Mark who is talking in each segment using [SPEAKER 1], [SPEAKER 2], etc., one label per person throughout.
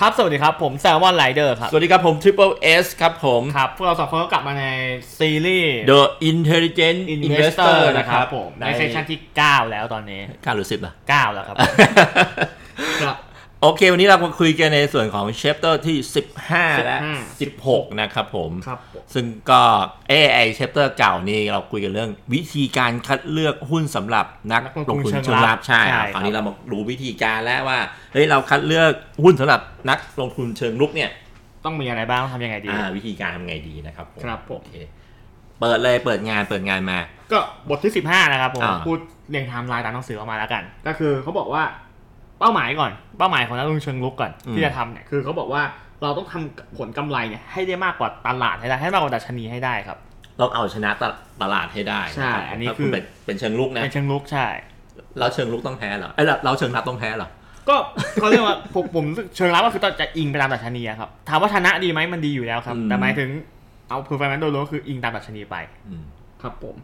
[SPEAKER 1] ครับ สวัสดีครับ ผมแซลมอนไรเดอร์ครับ
[SPEAKER 2] สวัสดีครับผม Triple S ครับผม
[SPEAKER 1] ครับ พวกเราสองคนก็กลับมาในซีรีส์
[SPEAKER 2] The Intelligent Investor นะครับ
[SPEAKER 1] ผมในเซสชันที่ 9 แล้วตอนนี้
[SPEAKER 2] การหรือสิบอ่ะ
[SPEAKER 1] 9 แล้วครับ ครับ
[SPEAKER 2] โอเค วันนี้เรามาคุยกันในส่วนของ Chapter ที่ 15 และ 16 นะครับผม
[SPEAKER 1] ครับ
[SPEAKER 2] ซึ่งก็เอไอ Chapter เก่านี่เราคุยกันเรื่องวิธีการคัดเลือกหุ้นสำหรับนัก
[SPEAKER 1] นักล
[SPEAKER 2] ล
[SPEAKER 1] ง
[SPEAKER 2] ง
[SPEAKER 1] ทุ
[SPEAKER 2] ทุ
[SPEAKER 1] น
[SPEAKER 2] น
[SPEAKER 1] เชิ
[SPEAKER 2] เชิ
[SPEAKER 1] ง
[SPEAKER 2] ง
[SPEAKER 1] รั
[SPEAKER 2] รั
[SPEAKER 1] บบ
[SPEAKER 2] ใช่
[SPEAKER 1] ใช่ครั
[SPEAKER 2] อ่ะ
[SPEAKER 1] บ
[SPEAKER 2] คราวนี้เรามารู้วิธีการแล้วว่าเฮ้ยเราคัดเลือกหุ้นสำหรับนักลงทุนเชิงลุกเนี่ย
[SPEAKER 1] ต้องมีอะไรบ้างต้องทำยังไงดี
[SPEAKER 2] อ่าวิธีการทำไงดีนะครับผม
[SPEAKER 1] ครับผม
[SPEAKER 2] โอเคเปิดเลยเปิดงานเปิดงานมา
[SPEAKER 1] ก็บทที่ 15 นะครับผม
[SPEAKER 2] อ่า
[SPEAKER 1] พูดเรียงไทม์ไลน์ตามหนังสือออกมาแล้วกัน ก็คือเขาบอกว่าเป้าหมายก่อน เป้าหมายของนักลงทุนเชิงลุกก่อนที่จะทำเนี่ย คือเขาบอกว่าเราต้องทำผลกำไรเนี่ยให้ได้มากกว่าตลาดให้ได้ ให้มากกว่าดัชนีให้ได้ครับ
[SPEAKER 2] ต้องเอาชนะตลตลาดให้ได้
[SPEAKER 1] ใช่
[SPEAKER 2] ะรับ
[SPEAKER 1] อันนี้
[SPEAKER 2] ถ้า
[SPEAKER 1] คือ
[SPEAKER 2] เป็นเป็นเชิงลุกนะ
[SPEAKER 1] เป็นเชิงลุกใช่
[SPEAKER 2] เราเชิงลุกต้องแพ้เหรอไอ้ยเราเราเชิงรับต้องแพ้เหรอ
[SPEAKER 1] ก็เขาเรียกว่า ผมผมรู้สึกเชิงรับก็คือต้องจะอิงไปตามดัชนีอะครับถามว่าชนะดีไหมมันดีอยู่แล้วครับ
[SPEAKER 2] อืม
[SPEAKER 1] แต่หมายถึงเอาเพอร์ฟอร์แมนซ์โดยรวมก็คืออิงตามดัชนีไป
[SPEAKER 2] อืม
[SPEAKER 1] ครับผม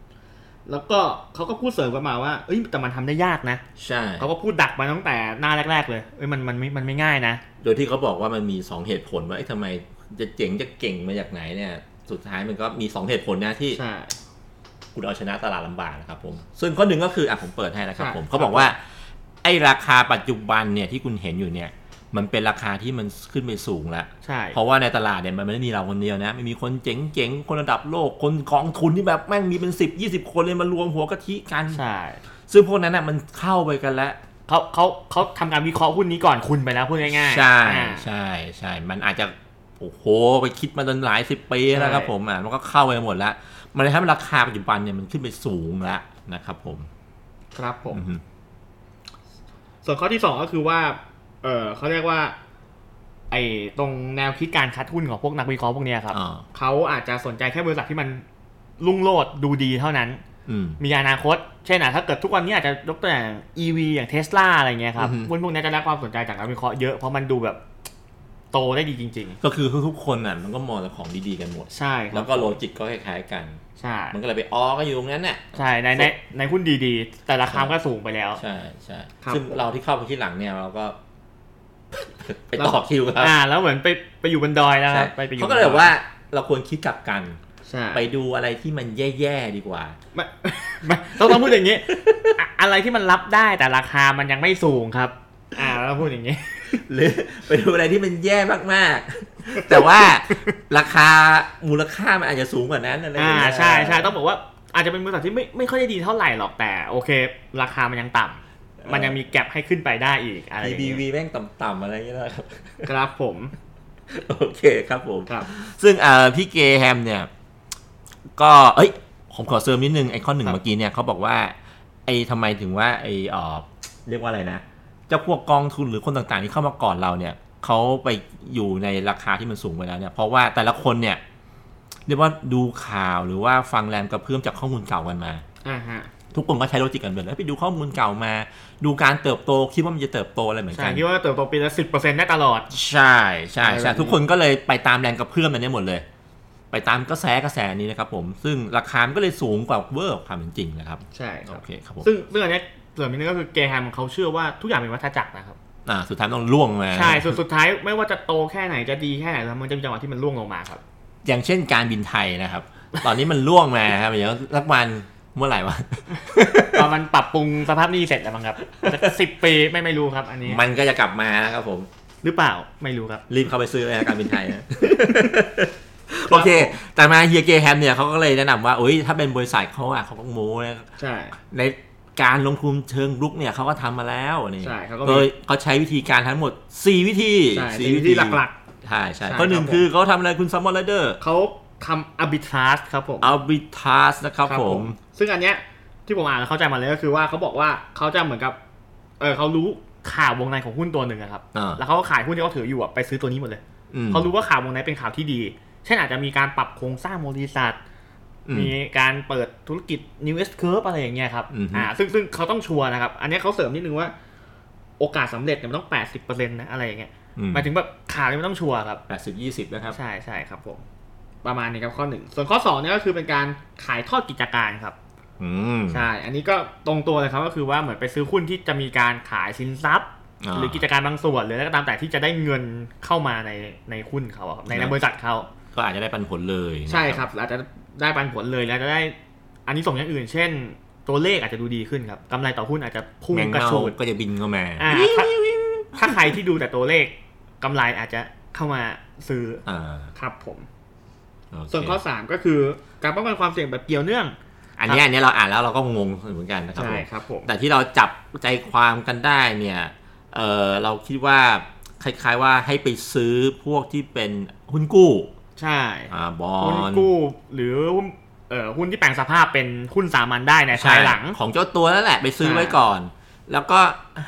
[SPEAKER 1] แล้วก็เขาก็พูดเสริมกันมาว่าเอ้ยแต่มันทำได้ยาก นะ
[SPEAKER 2] ใช่
[SPEAKER 1] เขาก็พูดดักมาตั้งแต่หน้าแรก ๆ เลยเอ้ยมันมันไม่มันไม่ง่ายนะ
[SPEAKER 2] โดยที่เขาบอกว่ามันมี 2 เหตุผลว่าเอ้ยทำไมจะเจ๋งจะเก่งมาจากไหนเนี่ย สุดท้ายมันก็มี 2 เหตุผลนะที่
[SPEAKER 1] ใช่
[SPEAKER 2] คุณเอาชนะตลาดลำบากนะครับผม ซึ่งข้อหนึ่งก็คืออ่ะผมเปิดให้นะครับ
[SPEAKER 1] ใช่
[SPEAKER 2] ผมเขาบอกว่า ไอ้ราคาปัจจุบันเนี่ยที่คุณเห็นอยู่เนี่ย มันเป็นราคาที่มันขึ้นไปสูงแล้ว
[SPEAKER 1] ใช่
[SPEAKER 2] เพราะว่าในตลาดเนี่ยมันไม่ได้มีเราคนเดียวนะมันมีคนเจ๋งๆ คนระดับโลก คนกองทุนที่แบบแม่งมีเป็น 10 20 คนเลยมารวมหัวกะทิกัน
[SPEAKER 1] ใช่
[SPEAKER 2] ซึ่งพวกนั้นน่ะมันเข้าไปกันแล้ว
[SPEAKER 1] เขาเขาเขาทำการวิเคราะห์หุ้นนี้ก่อนคุณไปแล้วพูดง่ายๆ
[SPEAKER 2] ใช่
[SPEAKER 1] อ่า
[SPEAKER 2] ใช่ใช่มันอาจจะ โอ้โห ไปคิดมาจนหลายสิบปีแล้วครับ
[SPEAKER 1] ใช่
[SPEAKER 2] ผมอ่ะมันก็เข้าไปหมดแล้ว มันเลยทำให้ราคาปัจจุบันเนี่ยมันขึ้นไปสูงแล้วนะครับผม
[SPEAKER 1] ครับผม
[SPEAKER 2] อือฮึ
[SPEAKER 1] ส่วนข้อที่สองก็คือว่า เออเขาเรียกว่า ไอ้ตรงแนวคิดการคัดหุ้นของพวกนักวิเคราะห์พวกเนี้ยครับ
[SPEAKER 2] อ่า
[SPEAKER 1] เขาอาจจะสนใจแค่บริษัทที่มันรุ่งโรดดูดีเท่านั้น
[SPEAKER 2] อืม
[SPEAKER 1] มีอนาคต เช่นอ่ะถ้าเกิดทุกวันนี้อาจจะยกตัวอย่าง EV อย่างเทสลาอะไรเงี้ยครับ
[SPEAKER 2] อือฮึ
[SPEAKER 1] หุ้นพวกนี้จะได้ความสนใจจากนักวิเคราะห์เยอะเพราะมันดูแบบโตได้ดีจริง
[SPEAKER 2] ก็คือทุกๆคนน่ะมันก็มองแต่ของดีๆกันหมด
[SPEAKER 1] ๆ ใช่ครั
[SPEAKER 2] แล้
[SPEAKER 1] บ
[SPEAKER 2] วก็โลจิกก็คล้ายๆกัน
[SPEAKER 1] ใช่
[SPEAKER 2] มันก็เลยไปอ้อก็อยู่ตรงนั้นน่ะ
[SPEAKER 1] ใช่ในในในหุ้นดีๆ แต่ราคาก็สูงไปแล้ว
[SPEAKER 2] ใช่ใช่
[SPEAKER 1] ครับ
[SPEAKER 2] ซึ่งเราที่เข้าไปที่หลังเนี่ยเราก็ ไปต่อคิวครับ
[SPEAKER 1] อ่า แล้วเหมือนไปไปอยู่บนดอยแล้วค
[SPEAKER 2] ใช่
[SPEAKER 1] รับไปไปอยู่
[SPEAKER 2] เขาก็เลยบอกว่าเราควรคิดกลับกัน
[SPEAKER 1] ใช่
[SPEAKER 2] ไปดูอะไรที่มันแย่ๆดีกว่า
[SPEAKER 1] ไม่ไม่ต้องต้องพูดอย่างนี้อะอะไรที่มันรับได้แต่ราคามันยังไม่สูงครับ อ่าเราต้องพูดอย่างนี้
[SPEAKER 2] หรือไปดูอะไรที่มันแย่มากๆ แต่ว่าราคามูลค่ามันอาจจะสูงกว่านั้นอะไรอย่า
[SPEAKER 1] อ่าง
[SPEAKER 2] เงี้ย
[SPEAKER 1] ใช่ใช่ต้องบอกว่าอาจจะเป็นบริษัทที่ไม่ไม่ค่อยได้ดีเท่าไหร่หรอกแต่ โอเค ราคามันยังต่ำมันยังมีแก็บให้ขึ้นไปได้อีกอะไรอย่างงี้
[SPEAKER 2] BBV แม่งต่ำๆอะไรอย่างเงี้ยนะครับ
[SPEAKER 1] ครับผม
[SPEAKER 2] โอเคครับผม
[SPEAKER 1] ครับ
[SPEAKER 2] ซึ่งเอ่อพี่เกแฮมเนี่ย ก็เอ้ย ผมขอเสริมนิดนึง ไอ้ข้อหนึ่
[SPEAKER 1] ค
[SPEAKER 2] ง
[SPEAKER 1] รับ
[SPEAKER 2] เมื่อกี้เนี่ยเขาบอกว่า ไอ้ทำไมถึงว่าไอ้เออเรียกว่าอะไรนะเจ้าพวกกองทุนหรือคนต่างๆที่เข้ามาก่อนเราเนี่ยเขาไปอยู่ในราคาที่มันสูงไปแล้วเนี่ย เพราะว่าแต่ละคนเนี่ย เรียกว่าดูข่าวหรือว่าฟังแรงกระเพื่อมจากข้อมูลเก่ากันมา
[SPEAKER 1] อ่าฮะ
[SPEAKER 2] ทุกคนก็ใช้โลจิกกันเหมือนแล้วไปดูข้อมูลเก่ามา ดูการเติบโตคิดว่ามันจะเติบโตอะไรเหมือน
[SPEAKER 1] ใช่
[SPEAKER 2] กัน
[SPEAKER 1] คิดว่าเติบโตปีละสิบเปอร์เซ็นต์ได้ตลอด
[SPEAKER 2] ใช่ใช่
[SPEAKER 1] อะไรแบบ
[SPEAKER 2] ใช่
[SPEAKER 1] นี้
[SPEAKER 2] ทุกคนก็เลยไปตามแรงกระเพื่อมอันนี้หมดเลย ไปตามกระแสกระแสนี้นะครับผม ซึ่งราคา มันก็เลยสูงกว่าเวอร์ความเป็นจริงนะครับ
[SPEAKER 1] ใช่ค
[SPEAKER 2] โอ
[SPEAKER 1] รับ
[SPEAKER 2] เคครับผม
[SPEAKER 1] ซึ่งซึ่งอันเนี้ยเสริมนิดนึงก็คือเกแฮมเขาเชื่อว่าทุกอย่างเป็นวัฏจักรนะครับ
[SPEAKER 2] อ่าสุดท้ายต้องล่วงมา
[SPEAKER 1] ใช่สุดสุดท้ายไม่ว่าจะโตแค่ไหนจะดีแค่ไหนแล้วมันจะมีจังหวะที่มันร่วงลงมา ครับ
[SPEAKER 2] อย่างเช่นการบินไทยนะครับ ตอนนี้มันล่วงมาครับเดี๋ยวรักวันเมื่อไหร่วะ
[SPEAKER 1] ตอนมันปรับปรุงสภาพหนี้เสร็จแล้วมั้งครับสิบปีไม่ไม่รู้ครับ อันนี้
[SPEAKER 2] มันก็จะกลับมานะครับผม
[SPEAKER 1] หรือเปล่าไม่รู้ครับ
[SPEAKER 2] รีบเข้าไปซื้อเลยนะการบินไทย นะ โอเค แต่มาเฮียเกแฮมเนี่ยเขาก็เลยแนะนำว่าเอ้ยถ้าเป็นบริษัทเขาอ่ะเขาก็โม้นะ
[SPEAKER 1] ใช่
[SPEAKER 2] ในการลงทุนเชิงรุกเนี่ยเขาก็ทำมาแล้วนี่
[SPEAKER 1] ใช่เขาก็มี
[SPEAKER 2] โดยเขาใช้วิธีการทั้งหมด 4 วิธี
[SPEAKER 1] ใช่
[SPEAKER 2] สี่
[SPEAKER 1] สิ่งที่หลัก
[SPEAKER 2] ใช่ใช่
[SPEAKER 1] ใช่
[SPEAKER 2] ข้อหนึ่
[SPEAKER 1] ค
[SPEAKER 2] ง
[SPEAKER 1] รับผม
[SPEAKER 2] คือเขาทำอะไรคุณซัมมอนไรเดอร์
[SPEAKER 1] ๆเขาทำ arbitrage ครับผม
[SPEAKER 2] อัลบิทัสนะครับผม
[SPEAKER 1] ซึ่งอันเนี้ยที่ผมอ่านแล้วเข้าใจมาเลยก็คือว่าเขาบอกว่าเขาจะเหมือนกับ เออเขารู้ข่าววงในของหุ้นตัวหนึ่งอะครับ
[SPEAKER 2] อ่า
[SPEAKER 1] แล้วเขาก็ขายหุ้นที่เขาถืออยู่อะไปซื้อตัวนี้หมดเลย
[SPEAKER 2] อืม
[SPEAKER 1] เขารู้ว่าข่าววงในเป็นข่าวที่ดี เช่นอาจจะมีการปรับโครงสร้างบริษัท
[SPEAKER 2] อืม
[SPEAKER 1] มีการเปิดธุรกิจ New S Curve อะไรอย่างเงี้ยครับ
[SPEAKER 2] อือฮึ
[SPEAKER 1] อ่า ซึ่งซึ่งเขาต้องชัวร์นะครับ อันเนี้ยเขาเสริมนิดนึงว่า โอกาสสำเร็จเนี่ยมันต้อง 80%นะอะไรอย่างเงี้ย
[SPEAKER 2] อืม
[SPEAKER 1] หมายถึงแบบข่าวเนี่ยมันต้องชัวร์ครับ
[SPEAKER 2] แปดสิบยี่สิบนะครับ
[SPEAKER 1] ใช่ใช่ครับผม ประมาณนี้ครับข้อหนึ่ง ส่วนข้อสองเนี่ยก็คือเป็นการขายทอดกิจการครับ
[SPEAKER 2] อืม
[SPEAKER 1] ใช่ อันนี้ก็ตรงตัวเลยครับก็คือว่าเหมือนไปซื้อหุ้นที่จะมีการขายสินทรัพย์
[SPEAKER 2] อ่า
[SPEAKER 1] หรือกิจการบางส่วนหรืออะไรก็ตามแต่ที่จะได้เงินเข้ามาในในหุ้นเขาอะครับในในบริษัทเขา
[SPEAKER 2] ก็อาจจะได้ปันผลเลยนะ
[SPEAKER 1] ใช่ครับอาจจะได้ปันผลเลยแล้วจะได้อันนี้ส่งส์อย่างอื่น เช่น ตัวเลขอาจจะดูดีขึ้นครับกำไรต่อหุ้นอาจจะพุ่ง
[SPEAKER 2] แมง
[SPEAKER 1] กระ
[SPEAKER 2] เม่า
[SPEAKER 1] ฉูด
[SPEAKER 2] ก็จะบินเข้ามา
[SPEAKER 1] อ่าถ้าถ้าใครที่ดูแต่ตัวเลขกำไรอาจจะเข้ามาซื้อ
[SPEAKER 2] อ่า
[SPEAKER 1] ครับผม
[SPEAKER 2] โเค
[SPEAKER 1] ส่วนข้อ 3 ก็คือการป้องกันความเสี่ยงแบบเกี่ยวเนื่อง
[SPEAKER 2] อันเนี้ยอันเนี้ยเราอ่านแล้วเราก็งงเหมือนกันนะครับผม
[SPEAKER 1] ใช่ครับผม
[SPEAKER 2] แต่ที่เราจับใจความกันได้เนี่ย เออเราคิดว่าคล้ายๆว่าให้ไปซื้อพวกที่เป็นหุ้นกู้
[SPEAKER 1] ใช่
[SPEAKER 2] อ่า บอ
[SPEAKER 1] หุ้น
[SPEAKER 2] ล
[SPEAKER 1] กู้หรือหุ้นเอ่อหุ้นที่แปลงสภาพเป็นหุ้นสามัญได้ในภายหลัง
[SPEAKER 2] ของเจ้าตัวนั่นแหละไปซื้อไว้ก่อน แล้วก็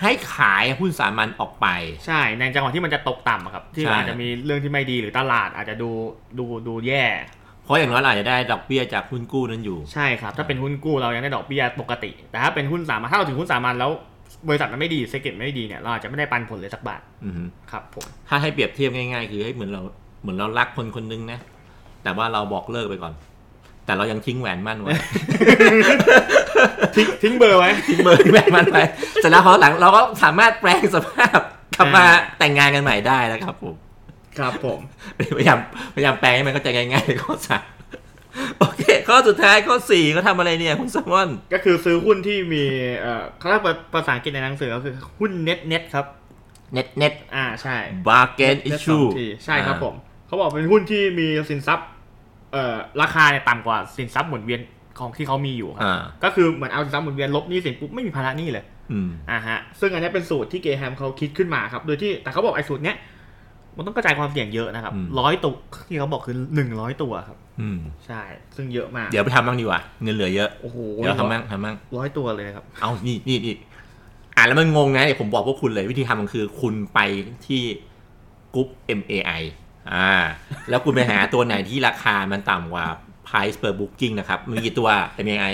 [SPEAKER 2] ให้ขายหุ้นสามัญออกไป
[SPEAKER 1] ใช่ ในจังหวะที่มันจะตกต่ำอะครับ ที่
[SPEAKER 2] ใช่
[SPEAKER 1] อาจจะมีเรื่องที่ไม่ดีหรือตลาดอาจจะดูดูดูแย่
[SPEAKER 2] เพราะอย่างน้อยเราอาจจะได้ดอกเบี้ยจากหุ้นกู้นั้นอยู่
[SPEAKER 1] ใช่ครับ ถ้าเป็นหุ้นกู้เรายังได้ดอกเบี้ยปกติ แต่ถ้าเป็นหุ้นสามัญถ้าเราถึงหุ้นสามัญแล้วบริษัทมันไม่ดีเศรษฐกิจไม่ดีเนี่ยเราอาจจะไม่ได้ปันผลเลยสักบาท
[SPEAKER 2] อือฮึ
[SPEAKER 1] ครับผม
[SPEAKER 2] ถ้าให้เปรียบเทียบง่ายๆ คือให้เหมือนเราเหมือนเรารักคนคนนึงนะ แต่ว่าเราบอกเลิกไปก่อน แต่เรายังทิ้งแหวนมั่นไว้
[SPEAKER 1] ทิ้งทิ้งเบอร์ไว้
[SPEAKER 2] เบอร์แม่งมันไปเสร็จแล้วพอหลังเราก็สามารถแปลงสภาพกลับมา
[SPEAKER 1] อ่า
[SPEAKER 2] แต่งงานกันใหม่ได้นะครับผม
[SPEAKER 1] ครับผม
[SPEAKER 2] พยายามพยายามแปลงให้มันเข้าใจง่ายๆในข้อสามโอเค ข้อสุดท้ายข้อสี่เขาทำอะไรเนี่ยคุณแซมมอน
[SPEAKER 1] ก็คือซื้อหุ้นที่มีเอ่อถ้าภาษาอังกฤษในหนังสือก็คือหุ้นเน็ตเน็ตครับ
[SPEAKER 2] เน็ตเน็ต
[SPEAKER 1] อ่าใช่
[SPEAKER 2] บาร์เกนอิ
[SPEAKER 1] เน็ตส
[SPEAKER 2] ช
[SPEAKER 1] อ
[SPEAKER 2] ชู
[SPEAKER 1] งทีใช่ครับผมเขาบอกเป็นหุ้นที่มีสินทรัพย์เอ่อราคาเนี่ยต่ำกว่าสินทรัพย์หมุนเวียนของที่เขามีอยู่ครับ
[SPEAKER 2] อ่า
[SPEAKER 1] ก็คือเหมือนเอาสินทรัพย์หมุนเวียนลบหนี้สินปุ๊บไม่มีภาระหนี้เลย
[SPEAKER 2] อืม
[SPEAKER 1] อ่าฮะซึ่งอันเนี้ยเป็นสูตรที่เกแฮมเขาคิดขึ้นมาครับ โดยที่แต่เขาบอกไอ้สูตรเนี้ยมันต้องกระจายความเสี่ยงเยอะนะครับร้อยตัวที่เขาบอกคือหนึ่งร้อยตัวครับ
[SPEAKER 2] อืม
[SPEAKER 1] ใช่ ซึ่งเยอะมาก
[SPEAKER 2] เดี๋ยวไปทำบ้างดีกว่า เงินเหลือเยอะ
[SPEAKER 1] โอ้โห
[SPEAKER 2] เดี๋ยวทำบ้างทำบ้าง
[SPEAKER 1] ร้อยตัวเลยครับ
[SPEAKER 2] เอานี่นี่นี่อ่านแล้วมันงงนะเดี๋ยวผมบอกพวกคุณเลยวิธีทำมันคือคุณไปที่กรุ๊ป MAI อ่า แล้วคุณไปหาตัวไหนที่ราคามันต่ำกว่า price per booking นะครับมีกี่ตัว MAI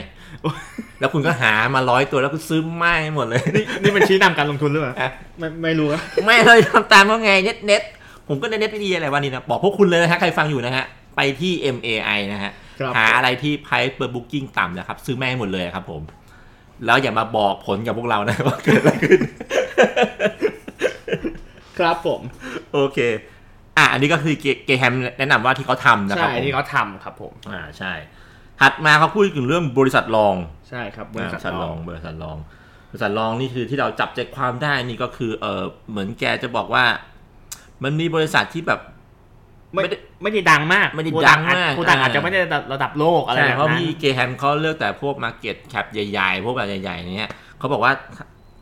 [SPEAKER 2] แล้วคุณก็หามาร้อยตัวแล้วคุณซื้อมากหมดเลย
[SPEAKER 1] นี่นี่เป็นชี้นำการลงทุนหรือเปล่า
[SPEAKER 2] อ่ะ
[SPEAKER 1] ไม่ไม่รู้ครับ
[SPEAKER 2] ไม่เลยทำตามว่าไงเน็ตเน็ตผมก็เน็ตเน็ตไม่ดีอะไรวะนี่นะบอกพวกคุณเลยนะฮะใครฟังอยู่นะฮะ ไปที่ MAI นะฮะ
[SPEAKER 1] ครับ
[SPEAKER 2] หาอะไรที่ price per booking ต่ำนะครับ ซื้อแม่งหมดเลยครับผม แล้วอย่ามาบอกผลกับพวกเรานะ ว่าเกิดอะไรขึ้น
[SPEAKER 1] ครับผม
[SPEAKER 2] โอเค อ่ะ อันนี้ก็คือเกเกแฮมแนะนำว่าที่เขาทำนะค
[SPEAKER 1] ใช่
[SPEAKER 2] รับผม
[SPEAKER 1] ที่เขาทำครับผม
[SPEAKER 2] อ่าใช่ ถัดมาเขาพูดถึงเรื่องบริษัทรอง
[SPEAKER 1] ใช่ครับบ
[SPEAKER 2] อ่า
[SPEAKER 1] ริ
[SPEAKER 2] บ
[SPEAKER 1] ษัท
[SPEAKER 2] ริษัทร
[SPEAKER 1] ร
[SPEAKER 2] อ
[SPEAKER 1] อง ง
[SPEAKER 2] บริษัทรองบริษัทรองนี่คือที่เราจับใจความได้นี่ก็คือเออเหมือนแกจะบอกว่า มันมีบริษัทที่แบบ
[SPEAKER 1] ไม่
[SPEAKER 2] ไม่ได้
[SPEAKER 1] ไม่ได้ดังมาก
[SPEAKER 2] ไม่ได้
[SPEAKER 1] โปรดั
[SPEAKER 2] ดังมาก
[SPEAKER 1] โปรดังอาจ
[SPEAKER 2] อ่า
[SPEAKER 1] จะไม่ได้ระดับโลกอะไร
[SPEAKER 2] ใช่
[SPEAKER 1] แบบ
[SPEAKER 2] เพราะ
[SPEAKER 1] นั้น
[SPEAKER 2] พี่เกแฮมเขาเลือกแต่พวกมาเก็ตแคปใหญ่ๆ พวกแบบใหญ่ๆเนี่ยเขาบอกว่า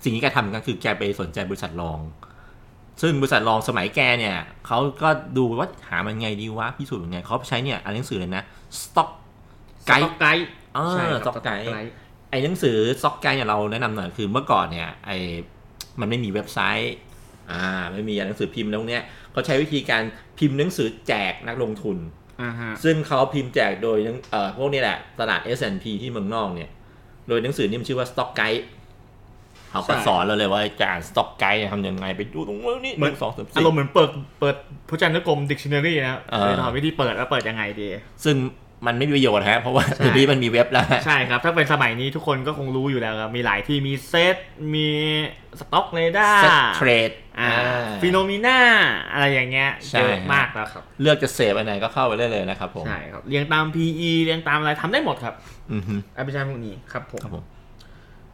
[SPEAKER 2] สิ่งที่แกทำกันคือแกไปสนใจบริษัทรอง ซึ่งบริษัทรองสมัยแกเนี่ยเขาก็ดูว่าหามันไงดีวะพิสูจน์ยังไงเขาไปใช้เนี่ยอ่านหนังสือเลยนะ Stock
[SPEAKER 1] ไก
[SPEAKER 2] Guide
[SPEAKER 1] ด์ไกด์
[SPEAKER 2] เอ
[SPEAKER 1] ใช่
[SPEAKER 2] อ
[SPEAKER 1] ครับ
[SPEAKER 2] Stock Guide
[SPEAKER 1] Guide
[SPEAKER 2] ไอ้หนังสือ Stock Guide เนี่ยเราแนะนำหน่อยคือเมื่อก่อนเนี่ยไอ้มันไม่มีเว็บไซต์อ่าไม่มีหนังสือพิมพ์แล้วเนี่ยเขาใช้วิธีการพิมพ์หนังสือแจกนักลงทุน
[SPEAKER 1] อ่าฮะ
[SPEAKER 2] ซึ่งเขาพิมพ์แจกโดยทั้งเอ่อพวกนี้แหละ ตลาด S&P ที่เมืองนอกเนี่ย โดยหนังสือนี่มันชื่อว่า Stock Guide เขาก็สอนเราเลยว่าจะอ่าน Stock Guide ทำยังไงไปดูตรงนู้นนี่หนึ่งสองสาม
[SPEAKER 1] อารม
[SPEAKER 2] สี่
[SPEAKER 1] ณ์เหมือนเปิดเปิดพจนานุกรม dictionary นะครับ
[SPEAKER 2] เออ
[SPEAKER 1] เลยถอดวิธีเปิดว่าเปิดยังไงดี
[SPEAKER 2] ซึ่งมันไม่มีประโยชน์ฮะ เพราะว่า
[SPEAKER 1] ใช่
[SPEAKER 2] เดี๋ยวนี้มันมีเว็บแล้วฮะ
[SPEAKER 1] ใช่ครับ ถ้าเป็นสมัยนี้ทุกคนก็คงรู้อยู่แล้วครับมีหลายที่มีเซตมีสต็อกเลด้า
[SPEAKER 2] เทรด
[SPEAKER 1] ฟิโนมีนาอะไรอย่างเงี้ย
[SPEAKER 2] ใช่
[SPEAKER 1] เยอะมากแล้วครับ
[SPEAKER 2] เลือกจะเสพอันไหนก็เข้าไปได้เลยนะครับผม
[SPEAKER 1] ใช่ครับเรียงตาม PE เรียงตามอะไรทำได้หมดครับ
[SPEAKER 2] อือฮึ
[SPEAKER 1] แอปพลิเคชันพวกนี้ครับผม
[SPEAKER 2] ครับผม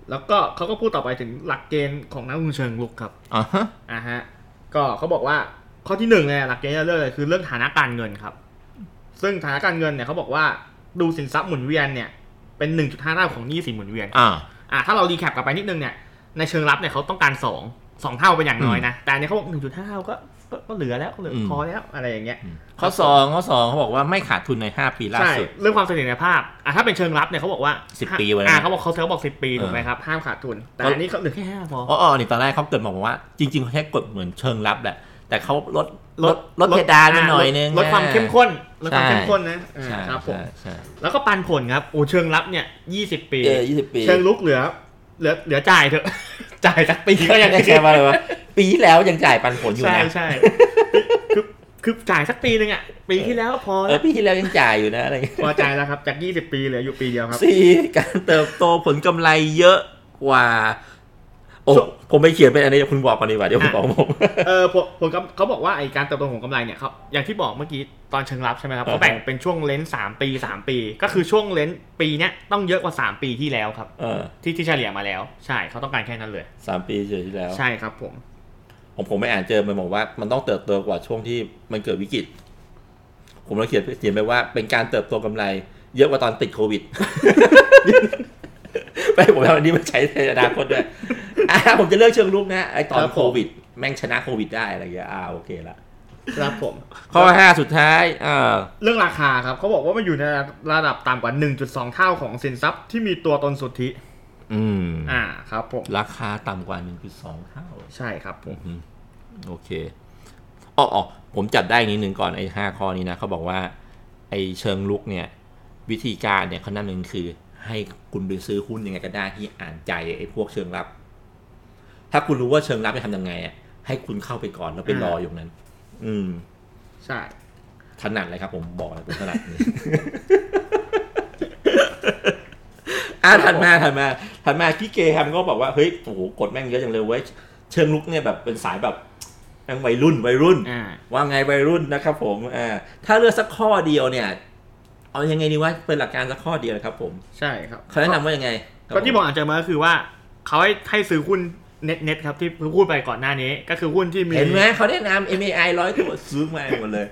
[SPEAKER 1] แล้วก็เขาก็พูดต่อไปถึงหลักเกณฑ์ของนักลงทุนเชิงลุกครับ
[SPEAKER 2] อ่าฮะ
[SPEAKER 1] อ่าฮะก็เขาบอกว่าข้อที่หนึ่งเลยหลักเกณฑ์ที่เราเลือกเลยคือเรื่องฐานะการเงินครับ ซึ่งฐานะการเงินเนี่ยเขาบอกว่าดูสินทรัพย์หมุนเวียนเนี่ยเป็น1.5เท่าของหนี้สินหมุนเวียน
[SPEAKER 2] อ่า
[SPEAKER 1] อ่ะถ้าเรารีแคปกลับไปนิดนึงเนี่ยในเชิงรับเนี่ยเขาต้องการสองสองเท่าเป็นอย่างน้อยนะ แต่อันนี้เขาบอกหนึ่งจุดห้าเท่าก็ก็ก็เหลือแล้วเหลืออ
[SPEAKER 2] ม
[SPEAKER 1] พอแล้วอะไรอย่างเงี้ย
[SPEAKER 2] ข้อสองข้อสองเขาบอกว่าไม่ขาดทุนใน 5 ปีล่า
[SPEAKER 1] ใช่
[SPEAKER 2] สุด
[SPEAKER 1] เรื่องความเสถียรภาพอ่ะถ้าเป็นเชิงรับเนี่ยเขาบอกว่า
[SPEAKER 2] สิบปีไว้นะ
[SPEAKER 1] อ่ะเขาบอกเขาเขาบอกสิบปีถูกไหม
[SPEAKER 2] เออ
[SPEAKER 1] ครับห้ามขาดทุน แต่อันนี้เขาเหลือแค่ห้าพอ
[SPEAKER 2] อ๋ออ๋อนี่ตอนแรกเขาเกิดมาบอกว่า จริงๆเขาแค่กดเหมือนเชิงลับแหละ แต่เขาลดลดลดเพดานมาหน่อยนึง
[SPEAKER 1] ลดความเข้มข้นลดความเข้มข้นนะอ่า
[SPEAKER 2] ใช่
[SPEAKER 1] ครับผม
[SPEAKER 2] ใช่ใช่
[SPEAKER 1] แล้วก็ปันผลครับโอ้เชิงรับเนี่ยยี่สิบปี
[SPEAKER 2] เออยี่สิบปี
[SPEAKER 1] เชิงลุกเหลือ เหลือเหลือจ่ายเถอะ จ่ายสักปี
[SPEAKER 2] ก็
[SPEAKER 1] ก็
[SPEAKER 2] ยั
[SPEAKER 1] ยัง ง
[SPEAKER 2] ได้
[SPEAKER 1] ดี
[SPEAKER 2] แค่มาเลยว่าปีที่แล้วยังจ่ายปันผลอยู่
[SPEAKER 1] ใช่
[SPEAKER 2] นะ
[SPEAKER 1] ใช่ คือคือจ่ายสักปีหนึ่งอ่ะ ปีที่แล้วพอ
[SPEAKER 2] เออปีที่แล้วยังจ่ายอยู่นะอะไรเงี้ย
[SPEAKER 1] พอใจแล้วครับ จาก 20 ปีเหลืออยู่ปีเดียวครับ
[SPEAKER 2] สี่การเติบโตผลกำไรเยอะกว่า โอ้ผมไปเขียนเป็นอันนี้เดี๋ยวคุณบอกก่อนดีกว่าเดี๋ยวผมบอกผม
[SPEAKER 1] เอ อผลผลกำเขาบอกว่าไอการเติบโตของกำไรเนี่ยครับอย่างที่บอกเมื่อกี้ตอนเชิงรับใช่ไหมครับ
[SPEAKER 2] อ่าฮะ
[SPEAKER 1] เขาแบ่งเป็นช่วงเลนส์สามปีสามปี ก็คือช่วงเลนส์ปีเนี้ยต้องเยอะกว่าสามปีที่แล้วครับ
[SPEAKER 2] เออ
[SPEAKER 1] ที่ที่เฉลี่ยมาแล้วใช่เขาต้องการแค่นั้นเลย
[SPEAKER 2] สามปีเฉยที่แล้ว
[SPEAKER 1] ใช่ครับผม
[SPEAKER 2] ผมผมไม่อ่านเจอมันบอกว่ามันต้องเติบโตกว่าช่วงที่มันเกิดวิกฤต ผมเลยเขียนเขียนไปว่าเป็นการเติบโตกำไร เยอะกว่าตอนติดโควิด ไปผมเอาอันนี้มาใช้ในอนาคตด้วยอ่ะผมจะเลิกเชิงลุกนะไอตอนโควิด แม่งชนะโควิดได้อะไรอย่างเงี้ยอ่าโอเคละ
[SPEAKER 1] ครับผม
[SPEAKER 2] ข้อห้าสุดท้ายเออ
[SPEAKER 1] เรื่องราคาครับเขาบอกว่ามันอยู่ในระดับต่ำกว่า 1.2 เท่าของสินทรัพย์ที่มีตัวตนสุทธิ
[SPEAKER 2] อืม
[SPEAKER 1] อ่าครับผม
[SPEAKER 2] ราคาต่ำกว่าหนึ่งจุดสองเท่า
[SPEAKER 1] ใช่ครับผม
[SPEAKER 2] อืมโอเคอ๋อออผมจับได้นิดนึงก่อนไอ้ห้าข้อนี้นะเขาบอกว่า ไอ้เชิงลุกเนี่ย วิธีการเนี่ยเขาแนะนำหนึ่งคือ ให้คุณไปซื้อหุ้นยังไงก็ได้ที่อ่านใจไอ้พวกเชิงรับ ถ้าคุณรู้ว่าเชิงรับจะทำยังไงอ่ะให้คุณเข้าไปก่อนแล้วไปรออยู่ตรงนั้น อืม
[SPEAKER 1] ใช่
[SPEAKER 2] ถนัดเลยครับผมบอกเลยผมถนัดนี่อ่ะถัดมาถัดมาถัดมาพี่เกย์ครับก็บอกว่าเฮ้ยโอ้โหกดแม่งเยอะจังเลยเว้ยเชิงลุกเนี่ยแบบเป็นสายแบบแม่งวัยรุ่นวัยรุ่น
[SPEAKER 1] อ่า
[SPEAKER 2] ว่าไงวัยรุ่นนะครับผมอ่าถ้าเลือกสักข้อเดียวเนี่ย เอายังไงดีว่าเป็นหลักการสักข้อเดียวนะครับผม
[SPEAKER 1] ใช่ครับ
[SPEAKER 2] เขาแนะนำว่ายังไงครับ
[SPEAKER 1] ก็ที่ผมอ่านเจอมาก็คือว่าเขาให้ให้ซื้อหุ้นเน็ตเน็ตครับที่พูดไปก่อนหน้านี้ ก็คือหุ้นที่มี
[SPEAKER 2] เห็นไหมเขาแนะนำ MAI ร้อยตัวซื้อมาหมดเลย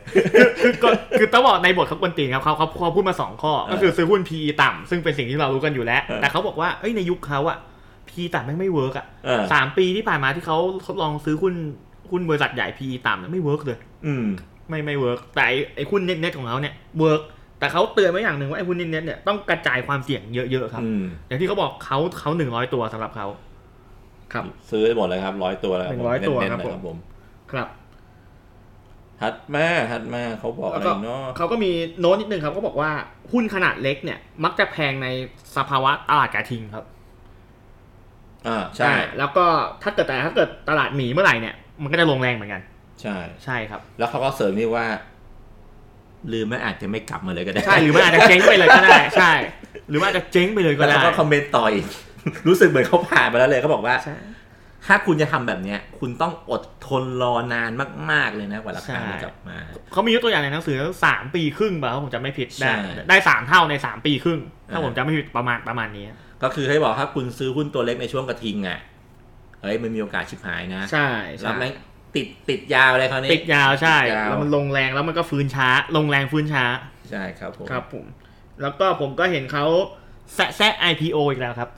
[SPEAKER 1] คือก็คือต้องบอกในบทเขากวนตีนครับเขาเขาเขาพูดมาสองข้อ
[SPEAKER 2] เออ
[SPEAKER 1] ก็คือซื้อหุ้น PE ต่ำซึ่งเป็นสิ่งที่เรารู้กันอยู่แล้ว
[SPEAKER 2] เออ
[SPEAKER 1] แต่เขาบอกว่าเอ้ยในยุคเขาอะ PE ต่ำแม่งไม่เวิร์กอะ
[SPEAKER 2] เออ
[SPEAKER 1] สามปีที่ผ่านมาที่เขาทดลองซื้อหุ้นหุ้นบริษัทใหญ่ PE ต่ำเนี่ยไม่เวิร์กเลย
[SPEAKER 2] อืม
[SPEAKER 1] ไม่ไม่เวิร์กแต่ไอ้ไอ้หุ้นเน็ตๆของเขาเนี่ยเวิร์กแต่เขาเตือนไว้อย่างหนึ่งว่าไอ้หุ้นเน็ตๆเนี่ยต้องกระจายความเสี่ยงเยอะๆครับ
[SPEAKER 2] อืม
[SPEAKER 1] อย่างที่เขาบอกเขาเขาหนึ่งร้อยตัวสำหรับเขา ครับ
[SPEAKER 2] ซื้อได้หมดเลยครับร้อยตัวแล้วคบผม
[SPEAKER 1] 100ตัวครับ
[SPEAKER 2] เน้นๆนะครับผม
[SPEAKER 1] ครับ
[SPEAKER 2] ถัดมาถัดมาเขาบอก
[SPEAKER 1] แล้
[SPEAKER 2] อะ
[SPEAKER 1] ว
[SPEAKER 2] ไร
[SPEAKER 1] ก็
[SPEAKER 2] เนาะ
[SPEAKER 1] เขาก็มีโน้ตนิดนึงครับก็บอกว่าหุ้นขนาดเล็กเนี่ย มักจะแพงในสภาวะตลาดกระทิงครับ
[SPEAKER 2] อ่าใช่
[SPEAKER 1] อ่าแล้วก็ถ้าเกิดแต่ถ้าเกิดตลาดหมีเมื่อไหร่เนี่ยมันก็จะลงแรงเหมือนกัน
[SPEAKER 2] ใช่
[SPEAKER 1] ใช่ครับ
[SPEAKER 2] แล้วเขาก็เสริมนี่ว่า ลืมไม่อาจจะไม่กลับมาเลยก็ได้
[SPEAKER 1] ใช่หรือมันอาจจะ เจ๊งไปเลยก็ได้ ใช่ หรือมันอาจจะเจ๊งไปเลยก็
[SPEAKER 2] แล้ว
[SPEAKER 1] ได้
[SPEAKER 2] เขาก็คอมเมนต์ต่ออีก รู้สึกเหมือนเขาผ่านมาแล้วเลยเขาบอกว่า
[SPEAKER 1] ใช่
[SPEAKER 2] ถ้าคุณจะทำแบบเนี้ย คุณต้องอดทนรอนานมาก ๆ เลยนะกว่าราคามัน
[SPEAKER 1] ใช่
[SPEAKER 2] กลับมา
[SPEAKER 1] เขามียกตัวอย่างในหนังสือสามปีครึ่งป่ะครับผมจำไม่ผิดได้
[SPEAKER 2] ใช่
[SPEAKER 1] ได้สามเท่าในสามปีครึ่ง ถ้า
[SPEAKER 2] อ่า
[SPEAKER 1] ผมจำไม่ผิดประมาณประมาณนี้
[SPEAKER 2] ก็คือให้บอกถ้าคุณซื้อหุ้นตัวเล็กในช่วงกระทิงอ่ะเฮ้ยมันมีโอกาสชิบหายนะ
[SPEAKER 1] ใช่
[SPEAKER 2] แล้ว
[SPEAKER 1] ใช่
[SPEAKER 2] แม่งติดติดยาวเลยคราวนี้
[SPEAKER 1] ติดยาวใช่
[SPEAKER 2] ติดยาว
[SPEAKER 1] แล้วมันลงแรงแล้วมันก็ฟื้นช้า ลงแรงฟื้นช้า
[SPEAKER 2] ใช่ครับผม
[SPEAKER 1] ครับผม แล้วก็ผมก็เห็นเขาแซะแซะ IPO อีกแล้วครับ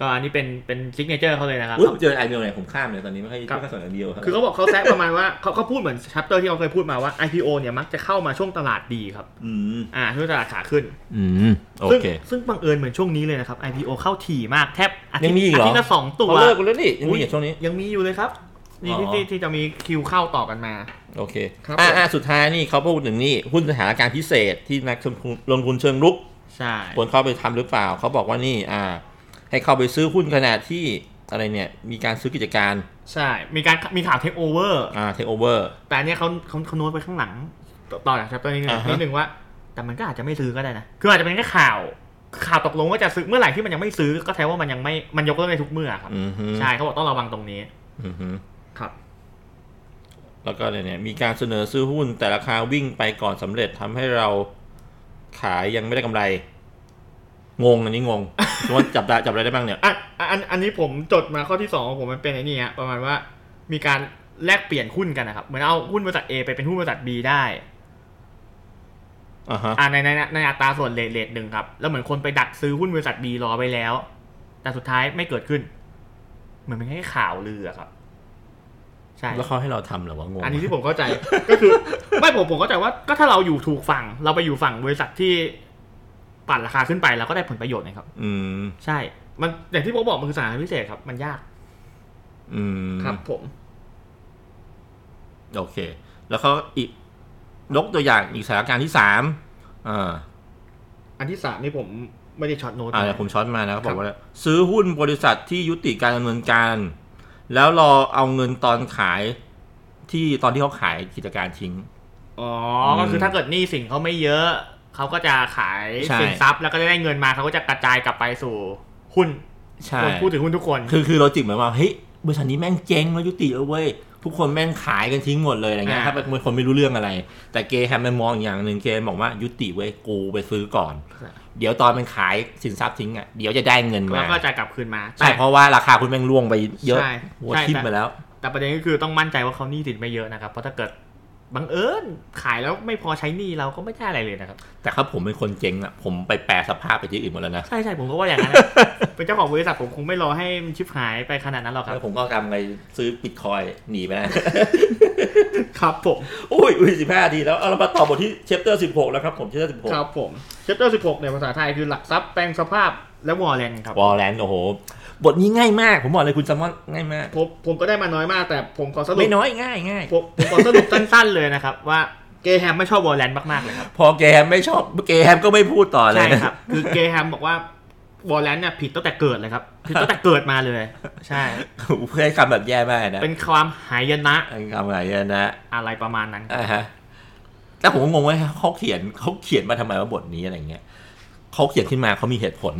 [SPEAKER 1] ก็อันนี้เป็นเป็นซิกเนเจอร์เขาเลยนะครับ
[SPEAKER 2] อุ๊ยผมเจอไอเดียไหนผมข้ามเลยตอนนี้ไม่ค่อย
[SPEAKER 1] ครับ
[SPEAKER 2] ไม่ค่อยสนไอเดียครับ
[SPEAKER 1] คือเขาบอกเขาแซะประมาณว่าเขาเขาพูดเหมือนชัปเตอร์ที่เขาเคยพูดมาว่า IPO เนี่ยมักจะเข้ามาช่วงตลาดดีครับ
[SPEAKER 2] อืม
[SPEAKER 1] อ่าช่วงตลาดขาขึ้น
[SPEAKER 2] อืมโอ
[SPEAKER 1] ซึ่ง
[SPEAKER 2] เค
[SPEAKER 1] ซึ่งบังเอิญเหมือนช่วงนี้เลยนะครับ IPO เข้าถี่มากแทบอาทิต
[SPEAKER 2] ยัง
[SPEAKER 1] ย์
[SPEAKER 2] มีอีกเหรอ
[SPEAKER 1] อาทิตย์ละสองตัว
[SPEAKER 2] เขาเลิกกันแล้วนี่ยังมีอยู่ช่วงนี้
[SPEAKER 1] ยังมีอยู่เลยครับนี่ที่
[SPEAKER 2] อ๋อ
[SPEAKER 1] ที่ที่จะมีคิวเข้าต่อกันมา
[SPEAKER 2] โอเค
[SPEAKER 1] ครับ
[SPEAKER 2] อ่า
[SPEAKER 1] ผม
[SPEAKER 2] อ่าสุดท้ายนี่เขาพูดถึงนี่หุ้นสถานการณ์พิเศษที่นักลงทุนลงทุนเชิงรุก
[SPEAKER 1] ใช่
[SPEAKER 2] ควรเข้าไปทำหรือเปล่า เขาบอกว่านี่อ่า ให้เข้าไปซื้อหุ้นขนาดที่อะไรเนี่ย มีการซื้อกิจการ
[SPEAKER 1] ใช่ มีการมีข่าวเทคโอเวอร์
[SPEAKER 2] อ่าเทคโอเวอร์
[SPEAKER 1] แต่อันเนี้ยเขาเขาเขาโน้ตไปข้างหลัง ต่อต่อจาก chapter นี้หนึง
[SPEAKER 2] อ่าฮะ
[SPEAKER 1] นิดนึงว่า แต่มันก็อาจจะไม่ซื้อก็ได้นะ คืออาจจะเป็นแค่ข่าว ข่าวตกลงว่าจะซื้อเมื่อไหร่ที่มันยังไม่ซื้อก็แทนว่ามันยังไม่มันยกเลิกในทุกเมื่อครับ
[SPEAKER 2] อือฮึ
[SPEAKER 1] ใช่เขาบอกต้องระวังตรงนี้
[SPEAKER 2] อือฮึ
[SPEAKER 1] ครับ
[SPEAKER 2] แล้วก็อะไรเนี่ย มีการเสนอซื้อหุ้น แต่ราคาวิ่งไปก่อนสำเร็จทำให้เราขายยังไม่ได้กำไร งงอันนี้ง ง ว่าจับได้จับอะไรได้บ้างเนี่ย
[SPEAKER 1] อ่ะอ่ะอันอันนี้ผมจดมาข้อที่สองของผมมันเป็นไอ้นี่ฮะประมาณว่ามีการแลกเปลี่ยนหุ้นกันนะครับเหมือนเอาหุ้นบริษัท A ไปเป็นหุ้นบริษัท B ได้
[SPEAKER 2] อ่าฮะ
[SPEAKER 1] อ่าในในในในอัตราส่วนเลทเลทหนึ่งครับ แล้วเหมือนคนไปดักซื้อหุ้นบริษัท B รอไปแล้ว แต่สุดท้ายไม่เกิดขึ้น เหมือนเป็นแค่ข่าวลืออะครับ ใช่
[SPEAKER 2] แล้วเขาให้เราทำเหรอวะงง
[SPEAKER 1] อันนี้ที่ผมเข้าใจ ก็คือ ไม่ผมผมเข้าใจว่าก็ถ้าเราอยู่ถูกฝั่ง เราไปอยู่ฝั่งบริษัทที่ปั่นราคาขึ้นไปเราก็ได้ผลประโยชน์นะครับ
[SPEAKER 2] อืม
[SPEAKER 1] ใช่ มันอย่างที่ผมบอกมันคือสถานการณ์พิเศษครับ มันยาก
[SPEAKER 2] อืม
[SPEAKER 1] ครับผม
[SPEAKER 2] โอเค แล้วเขาอีกยกตัวอย่างอีกสถานการณ์ที่สามอ่า
[SPEAKER 1] อันที่สามนี่ผมไม่ได้ช็อตโน้ต
[SPEAKER 2] อ่าเดี๋ยวผมช็อตมานะเขาบ
[SPEAKER 1] ค
[SPEAKER 2] อ
[SPEAKER 1] รั
[SPEAKER 2] ก
[SPEAKER 1] บ
[SPEAKER 2] ว่า ซื้อหุ้นบริษัทที่ยุติการดำเนินการ แล้วรอเอาเงินตอนขายที่ตอนที่เขาขายกิจการทิ้ง
[SPEAKER 1] อ๋อ ก็คือถ้าเกิดหนี้สินเขาไม่เยอะ เขาก็จะขาย
[SPEAKER 2] ใช่
[SPEAKER 1] สินทรัพย์แล้วก็จะได้เงินมาเขาก็จะกระจายกลับไปสู่หุ้น
[SPEAKER 2] ใช่
[SPEAKER 1] คนพูดถึงหุ้นทุกคน
[SPEAKER 2] คือคือโลจิกเหมือนว่าเฮ้ย บริษัทนี้แม่งเจ๊งแล้วยุติแล้วเว้ยทุกคนแม่งขายกันทิ้งหมดเลยอะไรเงี้ย
[SPEAKER 1] อ่า
[SPEAKER 2] ถ้าเป็นคนไม่รู้เรื่องอะไร แต่เกย์แฮมมันมองอย่างหนึ่งเกย์บอกว่ายุติเว้ยกูไปซื้อก่อน เดี๋ยวตอนมันขายสินทรัพย์ทิ้งอ่ะเดี๋ยวจะได้เงิน
[SPEAKER 1] แล้
[SPEAKER 2] มาว
[SPEAKER 1] ก็จะกลับคืนมา
[SPEAKER 2] ใช่เพราะว่าราคาคุณแม่งล่วงไปเยอะ
[SPEAKER 1] ใช่
[SPEAKER 2] หัว
[SPEAKER 1] ใช่
[SPEAKER 2] ทิ่ม
[SPEAKER 1] แต่
[SPEAKER 2] ไปแล้ว
[SPEAKER 1] แต่ประเด็นก็คือต้องมั่นใจว่าเขาหนี้สินไม่เยอะนะครับ เพราะถ้าเกิดบังเอิญขายแล้วไม่พอใช้หนี้เราก็ไม่ได้อะไรเลยนะครับ
[SPEAKER 2] แต่ถ้าผมเป็นคนเจ๊งอ่ะผมไปแปลสภาพไปที่อื่นหมดแล้วนะ
[SPEAKER 1] ใช่ใช่ผมก็ว่าอย่างนั้น เป็นเจ้าของบริษัทผมคงไม่รอให้มันชิบหายไปขนาดนั้นหรอกครับ
[SPEAKER 2] แล้วผมก็ทำไงซื้อบิตคอยน์หนีไปแล้ว
[SPEAKER 1] ครับผม
[SPEAKER 2] อุ้ยอุ้ยสิบห้าทีแล้วเอาเรามาต่อบทที่เชปเตอร์สิบหกแล้วครับผมเชปเตอร์สิบหก
[SPEAKER 1] ครับผมเชปเตอร์16เนี่ยภาษาไทยคือหลักทรัพย์แปลงสภาพและวอลเลนครับ
[SPEAKER 2] วอลแลนด์โอ้โห บทนี้ง่ายมาก ผมบอกเลยคุณแซมมอนง่ายมาก
[SPEAKER 1] ผมผมก็ได้มาน้อยมากแต่ผมขอสรุป
[SPEAKER 2] ไม่น้อยง่ายง่าย
[SPEAKER 1] ผมผมขอสรุปสั้นๆเลยนะครับ ว่าเกย์แฮมไม่ชอบวอลเลนมากๆเลยครับ
[SPEAKER 2] พอเกย์แฮมไม่ชอบเกย์แฮมก็ไม่พูดต่อเลย
[SPEAKER 1] ใช่
[SPEAKER 2] นะ
[SPEAKER 1] ครับ คือเกย์แฮมบอกว่าวอลเลนเนี่ยผิดตั้งแต่เกิดเลยครับผิดตั้งแต่เกิดมาเลยใช่
[SPEAKER 2] เพื่อให้คำแบบแย่มากนะ
[SPEAKER 1] เป็นความหายนะ
[SPEAKER 2] คำอะไรอะนะ
[SPEAKER 1] อะไรประมาณนั้น
[SPEAKER 2] อ่าฮะแต่ผมก็งงว่าเขาเขียนเขาเขียนมาทำไมว่าบทนี้อะไรเงี้ยเขาเขียนขึ้นมาเขามีเหตุผล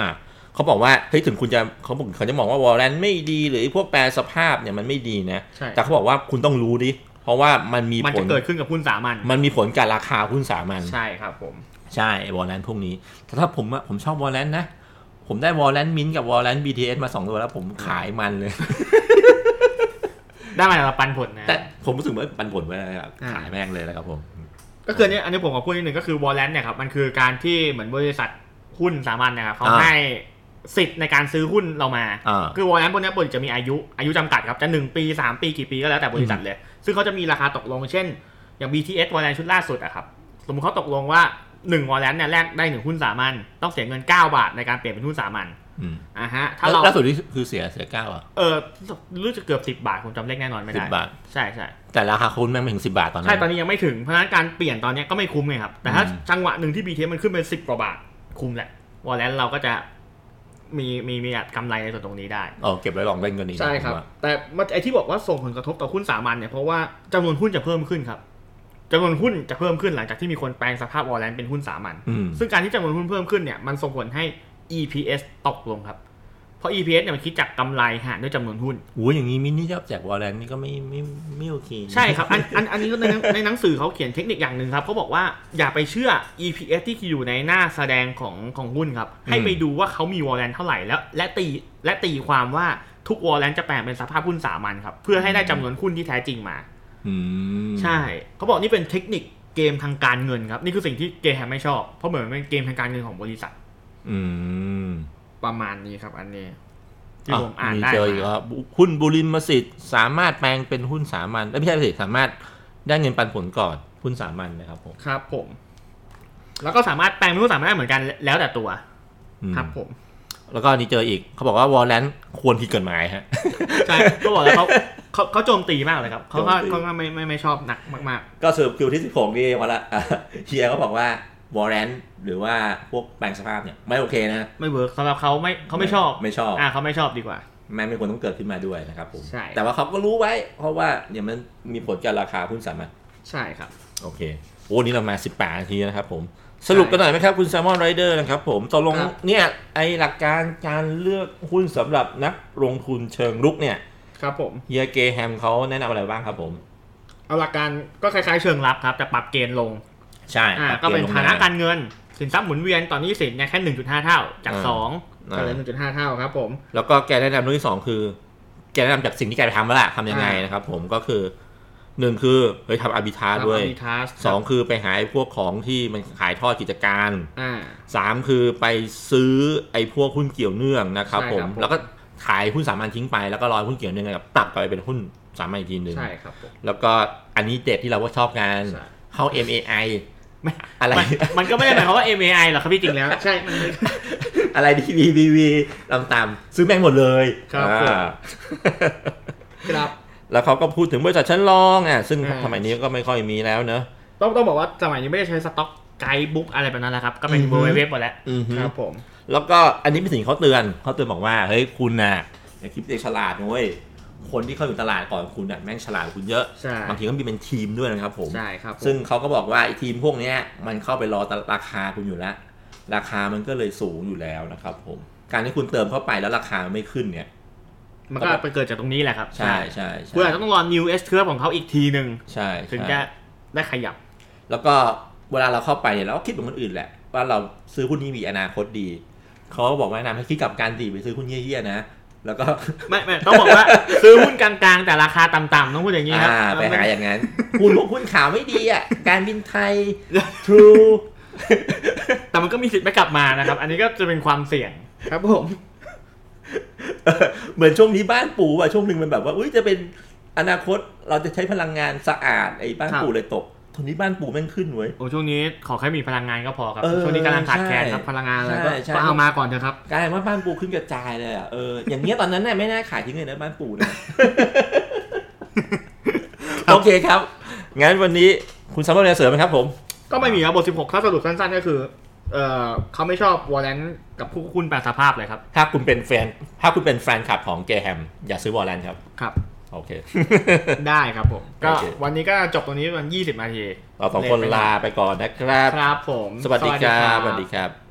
[SPEAKER 2] อ่าเขาบอกว่าเฮ้ยถึงคุณจะเขาบอกเขาจะมองว่าวอลแลนด์ไม่ดีหรือพวกแปรสภาพเนี่ยมันไม่ดีนะ
[SPEAKER 1] ใช่
[SPEAKER 2] แต่เขาบอกว่าคุณต้องรู้ดิเพราะว่ามันมี
[SPEAKER 1] มัน
[SPEAKER 2] ผ
[SPEAKER 1] จะ
[SPEAKER 2] ล
[SPEAKER 1] เกิดขึ้นกับหุ้นสามัญ
[SPEAKER 2] มันมีผลกับราคาหุ้นสามัญ
[SPEAKER 1] ใช่ครับผม
[SPEAKER 2] ใช่ไอ้วอลแลนพวกนี้ แต่ถ้าผมอะผมชอบวอลแลนนะ ผมได้วอลแลนมินกับวอลแลน BTS มา 2 ตัวแล้วผมขายมันเลย
[SPEAKER 1] ได้มาจากปันผลนะ
[SPEAKER 2] แต่ผมรู้สึกว่าปันผลไปแล้วครับ
[SPEAKER 1] อ่า
[SPEAKER 2] ขายแม่งเลยแล้วครับผม
[SPEAKER 1] ก็คืออนเนี้ยอันนี้ผมขอพูดนิดหนึ่งก็คือวอลเลนเนี่ยครับมันคือการที่เหมือนบริษัทหุ้นสามัญนะครับเขา
[SPEAKER 2] อ่า
[SPEAKER 1] ให้สิทธิ์ในการซื้อหุ้นเรามา
[SPEAKER 2] อ่า
[SPEAKER 1] คือวอลเลนพวกเนี้ยบริษัทจะมีอายุอายุจำกัดครับจะหนึ่งปีสามปีกี่ปีก็แล้วแต่บริษัทเลย ซึ่งเขาจะมีราคาตกลงเช่น อย่าง BTS วอลเลนชุดล่าสุดอะครับสมมติเขาตกลงว่า1วอลเลนเนี่ยแลกได้หนึ่งหุ้นสามัญต้องเสียเงิน 9 บาทในการเปลี่ยนเป็นหุ้นสามัญ
[SPEAKER 2] อืม
[SPEAKER 1] อ่ะฮะถ้าเรา
[SPEAKER 2] ล่าสุดที่คือเสียเสียเก้าอ่ะ
[SPEAKER 1] เออรู้จะเกือบ10 บาทผมจำเลขแน่นอนไม่
[SPEAKER 2] สิ
[SPEAKER 1] ได้
[SPEAKER 2] บบาท
[SPEAKER 1] ใช่ใช่
[SPEAKER 2] แต่ราคาหุ้นแม่งไม่ถึงสิบาทตอนนั้
[SPEAKER 1] ใช่
[SPEAKER 2] น
[SPEAKER 1] ตอนนี้ยังไม่ถึง เพราะฉะนั้นการเปลี่ยนตอนเนี้ยก็ไม่คุ้มไงครับ แต่ถ้า
[SPEAKER 2] อืม
[SPEAKER 1] จังหวะหนึ่งที่ BTS มันขึ้นไปสิบกว่าบาท คุ้มแหละ วอลเลนเราก็จะมีมีมีกำไรในส่วนตรงนี้ได้
[SPEAKER 2] เออเก็บไว้ลองเล่นกันดีนะ
[SPEAKER 1] ใช่ครับ
[SPEAKER 2] ผมว่า
[SPEAKER 1] แต่มันไอที่บอกว่าส่งผลกระทบต่อหุ้นสามัญเนี่ย เพราะว่าจำนวนหุ้นจะเพิ่มขึ้นครับจำนวนหุ้นจะเพิ่มขึ้นหลังจากที่มีคนแปลงสภาพวอลเลนเป็นหุ้นสามัญ
[SPEAKER 2] อืม
[SPEAKER 1] ซึ่งการที่จำนวนหุ้นเพิ่มขึ้นเนี่ย มันส่งผลให้ EPS ตกลงครับ เพราะ EPS เนี่ยมันคิดจากกำไรหารด้วยจำนวนหุ้น
[SPEAKER 2] โอ้ยอย่างนี้มินนี่ชอบแจกวอลแลนนี่ก็ไม่ไม่ไม่โอเคนะ
[SPEAKER 1] ใช่ครับ อันอันอันนี้ก็ในหนังในหนังสือเขาเขียนเทคนิคอย่างหนึ่งครับเขาบอกว่าอย่าไปเชื่อ EPS ที่อยู่ในหน้าแสดงของของหุ้นครับ ให้ไปดูว่าเขามีวอลเลนเท่าไหร่แล้ว และตีและตีความว่าทุกวอลเลนจะแปลงเป็นสภาพหุ้นสามัญครับ เพื่อให้ได้จำนวนหุ้นที่แท้จริงมา
[SPEAKER 2] อืม
[SPEAKER 1] ใช่ เขาบอกนี่เป็นเทคนิคเกมทางการเงินครับ นี่คือสิ่งที่เกย์แฮมไม่ชอบ เพราะเหมือนเป็นเกมทางการเงินของบริษัท
[SPEAKER 2] อืม
[SPEAKER 1] ประมาณนี้ครับ อันนี้ที่
[SPEAKER 2] ะ
[SPEAKER 1] ผมอ่านได้
[SPEAKER 2] เจออีก
[SPEAKER 1] มา
[SPEAKER 2] แล้วหุ้นบุริมสิทธิ์สามารถแปลงเป็นหุ้นสามัญเอ้ยไม่ใช่สิสามารถได้เงินปันผลก่อนหุ้นสามัญนะครับผม
[SPEAKER 1] ครับผม แล้วก็สามารถแปลงเป็นหุ้นสามัญได้เหมือนกันแล้วแต่ตัว
[SPEAKER 2] อืม
[SPEAKER 1] ครับผม
[SPEAKER 2] แล้วก็นี่เจออีกเขาบอกว่าวอลเลนควรผิดกฎหมายฮะ
[SPEAKER 1] ใช่ก็บอกแล้วเขาเขาเขาโจมตีมากเลยครับเขาก็
[SPEAKER 2] โจมตี
[SPEAKER 1] เขาก็ไม่ไม่ไม่ชอบหนักมาก
[SPEAKER 2] ก็สรุปคิวที่สิบหกนี่วันละ อ่ะเฮียเขาบอกว่าวอลเลนหรือว่าพวกแปลงสภาพเนี่ยไม่โอเคนะ
[SPEAKER 1] ๆ ไม่เวิร์กสำหรับเขาไม่เขาไม่ชอบ
[SPEAKER 2] ไม่ชอบ
[SPEAKER 1] อ่าเขาไม่ชอบดีกว่า
[SPEAKER 2] แม่งไม่ควรต้องเกิดขึ้นมาด้วยนะครับผม
[SPEAKER 1] ใช่
[SPEAKER 2] แต่ว่าเขาก็รู้ไว้ เพราะว่าเนี่ยมันมีผลกับราคาหุ้นสามัญ
[SPEAKER 1] ใช่ครับ
[SPEAKER 2] โอเค โอ้นี่เรามา 18 นาทีนะครับผม สรุปกันหน่อยไหมครับคุณแซมมอนไรเดอร์นะครับผมตกลง
[SPEAKER 1] ครับ
[SPEAKER 2] เนี่ยไอหลักการการเลือกหุ้นสำหรับนักลงทุนเชิงลุกเนี่ย
[SPEAKER 1] ครับผม
[SPEAKER 2] เฮียเกแฮมเขาแนะนำอะไรบ้างครับผม
[SPEAKER 1] เอาหลักการก็คล้ายๆเชิงลับครับแต่ปรับเกณฑ์ลง
[SPEAKER 2] ใช่
[SPEAKER 1] อ่า
[SPEAKER 2] ปรับ
[SPEAKER 1] ก็เป็น
[SPEAKER 2] ณฑ์ลงม
[SPEAKER 1] ฐานะการเงิน สินทรัพย์หมุนเวียนตอนนี้สินเนี่ยแค่หนึ่งจุดห้าเท่า จาก
[SPEAKER 2] อ่า
[SPEAKER 1] สอง
[SPEAKER 2] อ่า
[SPEAKER 1] ก็เหลือหนึ่งจุดห้าเท่าครับผม
[SPEAKER 2] แล้วก็แกแนะนำเรื่องที่สองคือ แกแนะนำจากสิ่งที่แกไปทำแล้วล่ะทำยังไง
[SPEAKER 1] อ่าน
[SPEAKER 2] นะครับผมก็คือหนึ่งคือเฮ้ยทำอาบิทาด้วย
[SPEAKER 1] มีทัส
[SPEAKER 2] สองคือไปหาไอ้พวกของที่มันขายทอดกิจการ
[SPEAKER 1] อ่า
[SPEAKER 2] สามคือไปซื้อไอ้พวกหุ้นเกี่ยวเนื่องนะครับ
[SPEAKER 1] ใช่
[SPEAKER 2] ผ
[SPEAKER 1] ครั
[SPEAKER 2] ม
[SPEAKER 1] บผม
[SPEAKER 2] แล้วก็ขายหุ้นสามัญทิ้งไปแล้วก็รอยหุ้นเกี่ยวเนื่องกับปรับกลับไปเป็นหุ้นสามัญอีกทีหนึ่ง
[SPEAKER 1] ใช่ครับผม
[SPEAKER 2] แล้วก็อันนี้เด็ดที่เราว่าชอบกัน
[SPEAKER 1] ใช่
[SPEAKER 2] เข้า MAI อะไร
[SPEAKER 1] มันมันก็ไม่ได้หมายความว่า MAI หรอกครับพี่จริงแล้ว ใช่มัน
[SPEAKER 2] อะไรที่ BBV ตามตามๆซื้อแม่งหมดเลย
[SPEAKER 1] ครับผม
[SPEAKER 2] อ่า
[SPEAKER 1] ครับ
[SPEAKER 2] แล้วเขาก็พูดถึงบริษัทชั้นรองอ่ะซึ่ง
[SPEAKER 1] อ่า
[SPEAKER 2] สมัยนี้ก็ไม่ค่อยมีแล้วเนอะ
[SPEAKER 1] ต้องต้องบอกว่าสมัยนี้ไม่ได้ใช้สต็อกไกด์บุ๊กอะไรแบบนั้นแล้วครับก็เป็น
[SPEAKER 2] อือฮึ
[SPEAKER 1] เว็บหมดแล้ว
[SPEAKER 2] อือฮึ
[SPEAKER 1] ครับผม
[SPEAKER 2] แล้วก็อันนี้เป็นสิ่งเขาเตือนเขาเตือนบอกว่าเฮ้ยคุณน่ะอย่าคิดตัวเองฉลาดนุ้ยคนที่เข้าอยู่ตลาดก่อนคุณน่ะแม่งฉลาดกว่าคุณเยอะ
[SPEAKER 1] ใช่
[SPEAKER 2] บางทีก็มีเป็นทีมด้วยนะครับผม
[SPEAKER 1] ใช่ครับผม
[SPEAKER 2] ซึ่งเขาก็บอกว่าไอ้ทีมพวกเนี้ยมันเข้าไปรอตราคาคุณอยู่แล้ว ราคามันก็เลยสูงอยู่แล้วนะครับผมการที่คุณเติมเข้าไปแล้วราคาไม่ขึ้นเนี่ย
[SPEAKER 1] มันก็ไปเกิดจากตรงนี้แหละครับ
[SPEAKER 2] ใช่ใช่ใช่
[SPEAKER 1] คุณอาจจะต้องรอ new S curve ของเขาอีกทีหนึ่ง
[SPEAKER 2] ใช่
[SPEAKER 1] ถึง
[SPEAKER 2] ใช่
[SPEAKER 1] จะได้ขยับ
[SPEAKER 2] แล้วก็เวลาเราเข้าไปเนี่ยเราก็คิดเหมือนคนอื่นแหละ ว่าเราซื้อหุ้นนี้มีอนาคตดี เขาก็บอกว่าแนะนำให้คิดกลับการดีไปซื้อหุ้นเยี่ยๆนะ แล้วก็
[SPEAKER 1] ไม่ไม่ต้องบอกว่า ซื้อหุ้นกลางๆ แต่ราคาต่ำๆต้องพูดอย่างนี้ครั
[SPEAKER 2] อ่าไปหา
[SPEAKER 1] ม่
[SPEAKER 2] อย่างนั้น หุ้นหุ้นขาวไม่ดีอ่ะ การบินไทย True
[SPEAKER 1] แต่มันก็มีสิทธิ์ไม่กลับมานะครับ อันนี้ก็จะเป็นความเสี่ยงครับผม
[SPEAKER 2] เออ เหมือนช่วงนี้บ้านปู่อ่ะช่วงหนึ่งมันแบบว่าอุ้ยจะเป็นอนาคตเราจะใช้พลังงานสะอาดไอ้บ้านปู่เลยตกทีนี้บ้านปู่แม่งขึ้นเว้ย
[SPEAKER 1] โอ้ช่วงนี้ขอแค่มีพลังงานก็พอครับ
[SPEAKER 2] เออ
[SPEAKER 1] ช่วงนี้กำลังขาดแคลนครับ
[SPEAKER 2] ใช่
[SPEAKER 1] พลังงานอะไร
[SPEAKER 2] ใช่
[SPEAKER 1] ก็
[SPEAKER 2] ใช่
[SPEAKER 1] ก็เอามาก่อนเถอะครับ
[SPEAKER 2] กลายเป็นว่าบ้านปู่ขึ้นกระจายเลยอ่ะเอออย่างเงี้ยตอนนั้นน่ะไม่น่าขายทิ้งเลยนะบ้าน ปู่นะ โอเคครับ งั้นวันนี้คุณซัมเมอร์เนี่ยเสริมไหมครับผม
[SPEAKER 1] ก็ไม่มีครับบท 16 ถ้าสรุปสั้นๆ ก็คือเออเขาไม่ชอบวอลเลนกับผู้คุณแปรสภาพเลยครับ
[SPEAKER 2] ถ้าคุณเป็นแฟน ถ้าคุณเป็นแฟนคลับของเกรแฮม อย่าซื้อวอลแลนครับ
[SPEAKER 1] ครับ
[SPEAKER 2] โอเค
[SPEAKER 1] ได้ครับผม ก็
[SPEAKER 2] โอเค
[SPEAKER 1] วันนี้ก็จบตรงนี้ประมาณ20 นาที
[SPEAKER 2] เราสองคนลาไปก่อนนะครับ
[SPEAKER 1] ครับผม
[SPEAKER 2] สวัสดีครับ ส
[SPEAKER 1] วั
[SPEAKER 2] วัส
[SPEAKER 1] สดี
[SPEAKER 2] ดีครับ